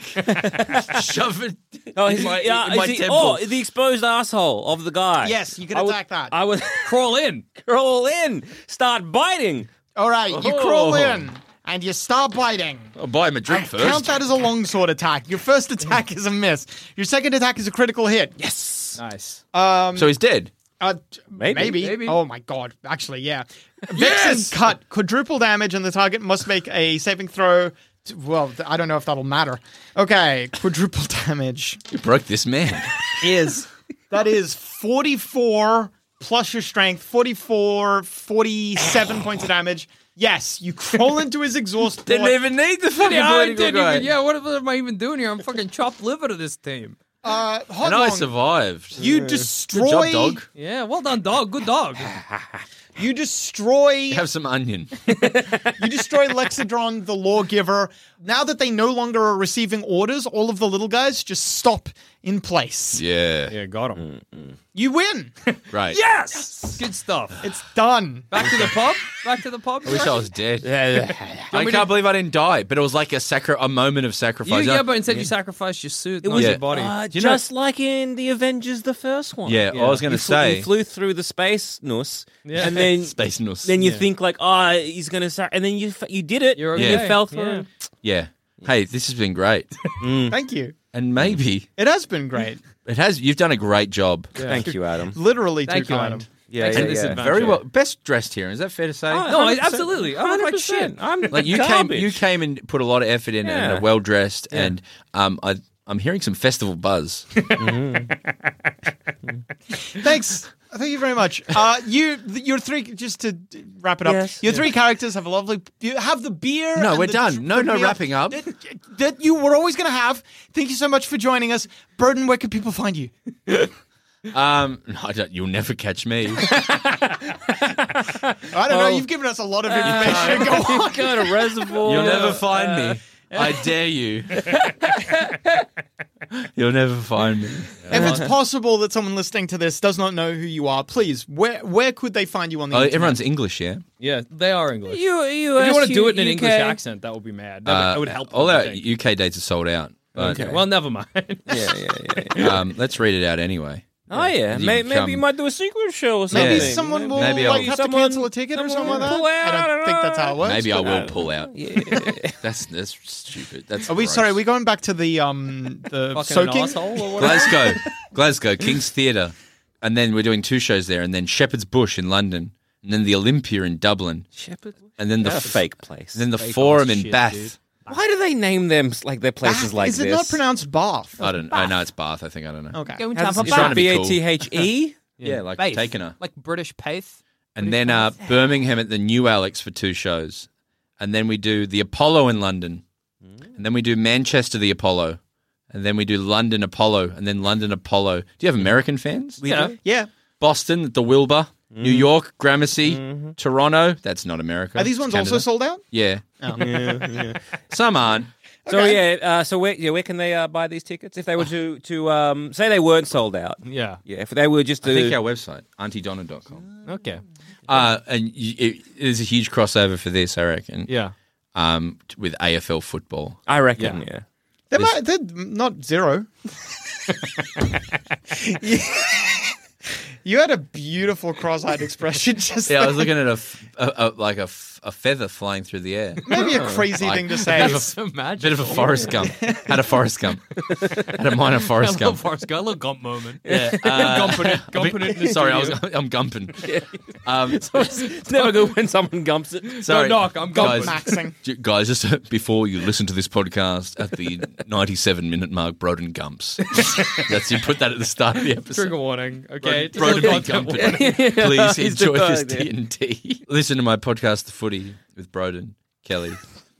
[SPEAKER 4] shove it
[SPEAKER 5] Oh,
[SPEAKER 4] in
[SPEAKER 5] is
[SPEAKER 4] my,
[SPEAKER 5] it- yeah,
[SPEAKER 4] in my
[SPEAKER 5] is it-
[SPEAKER 4] temple.
[SPEAKER 5] oh, the exposed asshole of the guy.
[SPEAKER 2] Yes, you can
[SPEAKER 5] I would-
[SPEAKER 2] attack that.
[SPEAKER 5] I would
[SPEAKER 3] Crawl in.
[SPEAKER 5] crawl in, start biting.
[SPEAKER 2] All right, you crawl in and you start biting.
[SPEAKER 4] I'll buy him a drink first.
[SPEAKER 2] Count that as a longsword attack. Your first attack is a miss. Your second attack is a critical hit. Yes.
[SPEAKER 3] Nice.
[SPEAKER 4] so he's dead.
[SPEAKER 2] Uh, t- maybe,
[SPEAKER 3] maybe.
[SPEAKER 2] Oh my god. Actually, yeah. Vex's cut quadruple damage, and the target must make a saving throw. t- well, th- I don't know if that'll matter. Okay, quadruple damage
[SPEAKER 4] You broke this man.
[SPEAKER 2] is that is 44 plus your strength 44 47 points of damage yes you crawl into his exhaust port.
[SPEAKER 4] Didn't even need the fucking
[SPEAKER 3] Yeah, I
[SPEAKER 4] political
[SPEAKER 3] didn't
[SPEAKER 4] guy.
[SPEAKER 3] even, yeah, what am I even doing here? I'm fucking chopped liver to this team.
[SPEAKER 2] uh,
[SPEAKER 4] And I
[SPEAKER 2] Hodlong,
[SPEAKER 4] survived.
[SPEAKER 2] you destroy
[SPEAKER 4] Good job, dog.
[SPEAKER 3] Yeah, well done, dog. Good dog.
[SPEAKER 2] you destroy
[SPEAKER 4] Have some onion.
[SPEAKER 2] you destroy Lexodron, the lawgiver. Now that they no longer are receiving orders, all of the little guys just stop in place.
[SPEAKER 4] Yeah.
[SPEAKER 3] Yeah, got him.
[SPEAKER 2] You win.
[SPEAKER 4] Right.
[SPEAKER 3] Yes! Good stuff.
[SPEAKER 2] It's done.
[SPEAKER 3] Back to the pub. Back to the pub.
[SPEAKER 4] I wish I was dead. I
[SPEAKER 3] we
[SPEAKER 4] can't believe I didn't die, but it was like a sacri- a moment of
[SPEAKER 3] You,
[SPEAKER 4] sacrifice.
[SPEAKER 3] yeah,
[SPEAKER 4] I-
[SPEAKER 3] but instead you sacrificed your suit,
[SPEAKER 5] It
[SPEAKER 3] not
[SPEAKER 5] was
[SPEAKER 3] your body.
[SPEAKER 5] uh,
[SPEAKER 4] Do you know-
[SPEAKER 5] just like in the Avengers, the first one.
[SPEAKER 4] Yeah, I was going
[SPEAKER 5] You
[SPEAKER 4] to
[SPEAKER 5] flew- you
[SPEAKER 4] say
[SPEAKER 5] flew through the space nuss,
[SPEAKER 3] Yeah.
[SPEAKER 5] and then
[SPEAKER 4] space nuss.
[SPEAKER 5] then you think like, ah, he's gonna, sa-, and then you f- you did it.
[SPEAKER 3] You're
[SPEAKER 5] and
[SPEAKER 3] okay.
[SPEAKER 5] You fell
[SPEAKER 3] Yeah.
[SPEAKER 5] through.
[SPEAKER 4] yeah. Hey, this has been great,
[SPEAKER 2] Thank you.
[SPEAKER 4] and maybe
[SPEAKER 2] It has been great.
[SPEAKER 4] it has. You've done a great job.
[SPEAKER 5] Thank you, Adam.
[SPEAKER 2] Literally too
[SPEAKER 3] Thank you,
[SPEAKER 2] kind.
[SPEAKER 3] Adam.
[SPEAKER 4] Yeah,
[SPEAKER 3] Makes it
[SPEAKER 4] yeah, yeah.
[SPEAKER 3] disadvantage.
[SPEAKER 4] Very well. Best dressed here. Is that fair to say?
[SPEAKER 3] Oh, No, I- 100%. absolutely. I look like 100%. shit. I'm
[SPEAKER 4] like you
[SPEAKER 3] garbage.
[SPEAKER 4] came. You came and put a lot of effort in and
[SPEAKER 3] Yeah.
[SPEAKER 4] are well dressed.
[SPEAKER 3] Yeah.
[SPEAKER 4] And um, I, I'm hearing some festival buzz.
[SPEAKER 2] Thanks. Thank you very much. Uh, you, th- your three, just to d- wrap it up,
[SPEAKER 4] Yes.
[SPEAKER 2] your
[SPEAKER 4] Yeah.
[SPEAKER 2] three characters have a lovely, you have the beer.
[SPEAKER 4] No,
[SPEAKER 2] and
[SPEAKER 4] we're
[SPEAKER 2] the
[SPEAKER 4] done.
[SPEAKER 2] dr-
[SPEAKER 4] No,
[SPEAKER 2] the
[SPEAKER 4] no
[SPEAKER 2] meal
[SPEAKER 4] wrapping up.
[SPEAKER 2] That, that you were always going to have. Thank you so much for joining us. Burden, where can people find you?
[SPEAKER 4] um, no, I don't, you'll never catch me.
[SPEAKER 2] I don't
[SPEAKER 4] Oh.
[SPEAKER 2] know. You've given us a lot of information. Go on.
[SPEAKER 5] Go to reservoir.
[SPEAKER 4] You'll never find me. I dare you. You'll never find me.
[SPEAKER 2] If it's possible that someone listening to this does not know who you are, please, where where could they find you on the
[SPEAKER 4] Oh,
[SPEAKER 2] internet?
[SPEAKER 4] everyone's English, yeah.
[SPEAKER 3] Yeah, they are English.
[SPEAKER 5] You- you
[SPEAKER 3] if you want
[SPEAKER 5] asked
[SPEAKER 3] to do
[SPEAKER 5] you
[SPEAKER 3] it in an English
[SPEAKER 5] UK.
[SPEAKER 3] accent, that would be mad. That would,
[SPEAKER 4] Uh,
[SPEAKER 3] that would help.
[SPEAKER 4] All
[SPEAKER 3] them, I
[SPEAKER 4] our
[SPEAKER 3] think.
[SPEAKER 4] UK dates are sold out. But
[SPEAKER 3] Okay. Well, never mind.
[SPEAKER 5] yeah, yeah, yeah.
[SPEAKER 4] um, let's read it out anyway.
[SPEAKER 5] Oh yeah,
[SPEAKER 4] You
[SPEAKER 5] may-
[SPEAKER 4] can
[SPEAKER 5] maybe
[SPEAKER 4] come.
[SPEAKER 5] you might do a secret show or something.
[SPEAKER 2] Maybe someone will
[SPEAKER 4] Maybe
[SPEAKER 2] like
[SPEAKER 4] I'll-
[SPEAKER 2] have
[SPEAKER 5] Someone-
[SPEAKER 2] to cancel a ticket or something
[SPEAKER 5] someone
[SPEAKER 2] like that.
[SPEAKER 5] pull out,
[SPEAKER 2] I
[SPEAKER 5] I
[SPEAKER 2] don't
[SPEAKER 5] don't
[SPEAKER 2] think that's how it works.
[SPEAKER 4] Maybe I
[SPEAKER 2] but-
[SPEAKER 4] will pull out.
[SPEAKER 5] Yeah.
[SPEAKER 4] That's that's stupid. That's
[SPEAKER 2] Are we
[SPEAKER 4] gross.
[SPEAKER 2] sorry? Are we going back to the um the
[SPEAKER 3] Fucking
[SPEAKER 2] soaking?
[SPEAKER 3] an asshole or whatever.
[SPEAKER 4] Glasgow, Glasgow, King's Theatre, and then we're doing two shows there, and then Shepherd's Bush in London, and then the Olympia in Dublin,
[SPEAKER 5] Shepherd.
[SPEAKER 4] and then the
[SPEAKER 5] That's a
[SPEAKER 4] f-
[SPEAKER 5] fake place.
[SPEAKER 4] and then the Forum in
[SPEAKER 3] shit,
[SPEAKER 4] Bath.
[SPEAKER 3] dude.
[SPEAKER 5] Why do they name them like their places
[SPEAKER 2] Bath?
[SPEAKER 5] like
[SPEAKER 2] is
[SPEAKER 5] this?
[SPEAKER 2] it not pronounced Bath?
[SPEAKER 4] I don't. I know it's Bath. I think I don't know.
[SPEAKER 2] Okay.
[SPEAKER 3] Going to
[SPEAKER 5] How's-
[SPEAKER 3] have a
[SPEAKER 5] is
[SPEAKER 4] trying to
[SPEAKER 5] that
[SPEAKER 3] bath.
[SPEAKER 4] be
[SPEAKER 5] B A
[SPEAKER 4] cool.
[SPEAKER 5] T H E?
[SPEAKER 4] Yeah, like
[SPEAKER 3] Bath.
[SPEAKER 4] taking her,
[SPEAKER 3] Like British Paith.
[SPEAKER 4] and then uh, Birmingham at the New Alex for two shows, and then we do the Apollo in London, and then we do Manchester the Apollo, and then we do London Apollo, and then London Apollo. Do you have American fans?
[SPEAKER 3] Yeah.
[SPEAKER 2] Yeah.
[SPEAKER 4] Boston at the Wilbur, New York Gramercy, Toronto. That's not America.
[SPEAKER 2] Are these
[SPEAKER 4] it's
[SPEAKER 2] ones
[SPEAKER 4] Canada.
[SPEAKER 2] also Oh. sold out?
[SPEAKER 4] Yeah. Some aren't.
[SPEAKER 5] So yeah, uh, so where yeah, where can they uh, buy these tickets if they were to to um, say they weren't sold out?
[SPEAKER 3] Yeah.
[SPEAKER 5] Yeah, if they were just
[SPEAKER 4] I think
[SPEAKER 5] to
[SPEAKER 4] our website, auntiedonna.com.
[SPEAKER 3] Okay.
[SPEAKER 4] Uh, and y it, there's a huge crossover for this, I reckon.
[SPEAKER 3] Yeah.
[SPEAKER 4] Um, t- with AFL football.
[SPEAKER 5] I reckon, yeah.
[SPEAKER 2] They're, not, they're not zero. you had a beautiful cross-eyed expression. Just
[SPEAKER 4] Yeah, I
[SPEAKER 2] there.
[SPEAKER 4] was looking at a, f- a- a- like a, f- a feather flying through the air.
[SPEAKER 2] maybe a crazy
[SPEAKER 4] Like-
[SPEAKER 2] thing to say.
[SPEAKER 3] Imagine.
[SPEAKER 4] Bit of a Forrest Gump. Had a Forrest Gump. Had a minor Forrest Gump.
[SPEAKER 3] Forrest Gump. A little Gump moment.
[SPEAKER 4] Yeah, uh,
[SPEAKER 3] Gumping it. Gumping it. In the
[SPEAKER 4] sorry, I was,
[SPEAKER 3] studio.
[SPEAKER 4] I'm gumping. Um,
[SPEAKER 5] It's never good when someone gumps it.
[SPEAKER 4] sorry,
[SPEAKER 3] knock, I'm gumping.
[SPEAKER 4] Guys,
[SPEAKER 2] Maxing.
[SPEAKER 4] J- Guys, just uh, before you listen to this podcast, at the 97 minute mark, Broden gumps. That's you put that at the start of the episode.
[SPEAKER 3] Trigger warning. Okay. Just a
[SPEAKER 4] Broden
[SPEAKER 3] little
[SPEAKER 4] be
[SPEAKER 3] content warning.
[SPEAKER 4] gumped. Please
[SPEAKER 5] He's
[SPEAKER 4] enjoy this
[SPEAKER 5] deferred, yeah.
[SPEAKER 4] TNT. listen to my podcast, The Footy, with Broden Kelly.
[SPEAKER 2] Is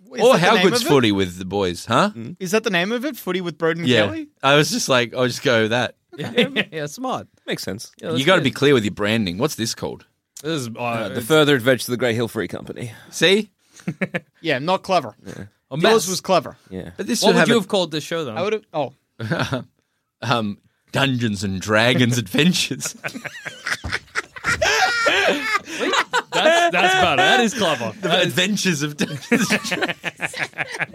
[SPEAKER 4] or
[SPEAKER 2] that the
[SPEAKER 4] How
[SPEAKER 2] name
[SPEAKER 4] Good's
[SPEAKER 2] of it?
[SPEAKER 4] Footy with the boys, huh?
[SPEAKER 3] Hmm?
[SPEAKER 2] Is that the name of it? Footy with Broden
[SPEAKER 4] Yeah.
[SPEAKER 2] Kelly.
[SPEAKER 4] I was just like, I'll just go with that.
[SPEAKER 3] yeah, smart.
[SPEAKER 5] Makes sense.
[SPEAKER 3] Yeah,
[SPEAKER 4] you
[SPEAKER 3] that's
[SPEAKER 4] got to
[SPEAKER 3] good.
[SPEAKER 4] be clear with your branding. What's this called?
[SPEAKER 3] This is, uh,
[SPEAKER 5] The further adventure of the Grey Hill Free Company.
[SPEAKER 4] See?
[SPEAKER 2] Yeah, not clever.
[SPEAKER 3] mess.
[SPEAKER 2] Yours was clever.
[SPEAKER 5] Yeah.
[SPEAKER 4] But this
[SPEAKER 3] what
[SPEAKER 4] should
[SPEAKER 3] would
[SPEAKER 4] have
[SPEAKER 3] you
[SPEAKER 4] a-
[SPEAKER 3] have called this show, though?
[SPEAKER 2] I would have. Oh,
[SPEAKER 4] um, Dungeons and Dragons Adventures.
[SPEAKER 3] that's, that's better. That is clever.
[SPEAKER 4] the Adventures of Dungeons and Dragons.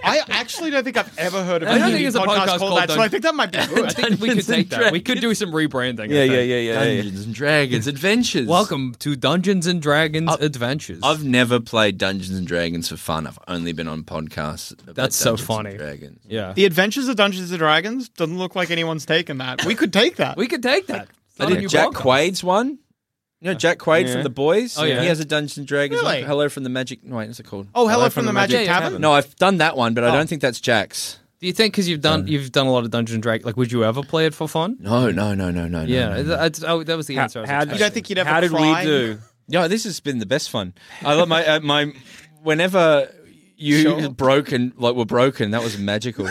[SPEAKER 2] I actually don't think I've ever heard of
[SPEAKER 3] I
[SPEAKER 2] a
[SPEAKER 3] don't think there's a
[SPEAKER 2] podcast,
[SPEAKER 3] podcast
[SPEAKER 2] called that.
[SPEAKER 3] called
[SPEAKER 2] So I think that might be good.
[SPEAKER 3] I think we could
[SPEAKER 4] Dungeons
[SPEAKER 3] take
[SPEAKER 4] and
[SPEAKER 3] that. We could do some rebranding. I
[SPEAKER 5] Yeah, yeah,
[SPEAKER 3] think.
[SPEAKER 5] yeah, yeah. yeah.
[SPEAKER 4] Dungeons and Dragons Adventures.
[SPEAKER 3] Welcome to Dungeons and Dragons Adventures.
[SPEAKER 4] I've never played Dungeons and Dragons for fun. I've only been on podcasts. About
[SPEAKER 3] That's so
[SPEAKER 4] Dungeons and
[SPEAKER 3] funny.
[SPEAKER 4] Dragons.
[SPEAKER 3] yeah,
[SPEAKER 2] The Adventures of Dungeons and Dragons doesn't look like anyone's taken that. We could take that.
[SPEAKER 3] we could take that. It's
[SPEAKER 4] I
[SPEAKER 3] not a new
[SPEAKER 4] did Jack
[SPEAKER 3] podcast.
[SPEAKER 4] Quaid's one. You know Jack Quaid from The Boys.
[SPEAKER 3] Oh, Uh, yeah.
[SPEAKER 4] he has a Dungeons and Dragons.
[SPEAKER 2] Really?
[SPEAKER 4] One. Hello from the Magic. No, wait, what's it called?
[SPEAKER 2] oh, hello, from, the Magic
[SPEAKER 3] Magic
[SPEAKER 2] Tavern.
[SPEAKER 4] No, I've done that one,
[SPEAKER 3] Oh.
[SPEAKER 4] but I don't think that's Jack's.
[SPEAKER 3] Do you think because you've done you've done a lot of Dungeons and Dragons, like would you ever play it for fun?
[SPEAKER 4] No, no, no, no, no. no,
[SPEAKER 3] Yeah,
[SPEAKER 4] no, no.
[SPEAKER 3] that's- oh, that was the answer. I was
[SPEAKER 2] You
[SPEAKER 3] expecting.
[SPEAKER 2] don't think you'd ever
[SPEAKER 5] How did
[SPEAKER 2] cry?
[SPEAKER 5] we do?
[SPEAKER 4] Yeah, this has been the best fun. I love my uh, my. Whenever you
[SPEAKER 2] Sure.
[SPEAKER 4] broke and like were broken, that was magical.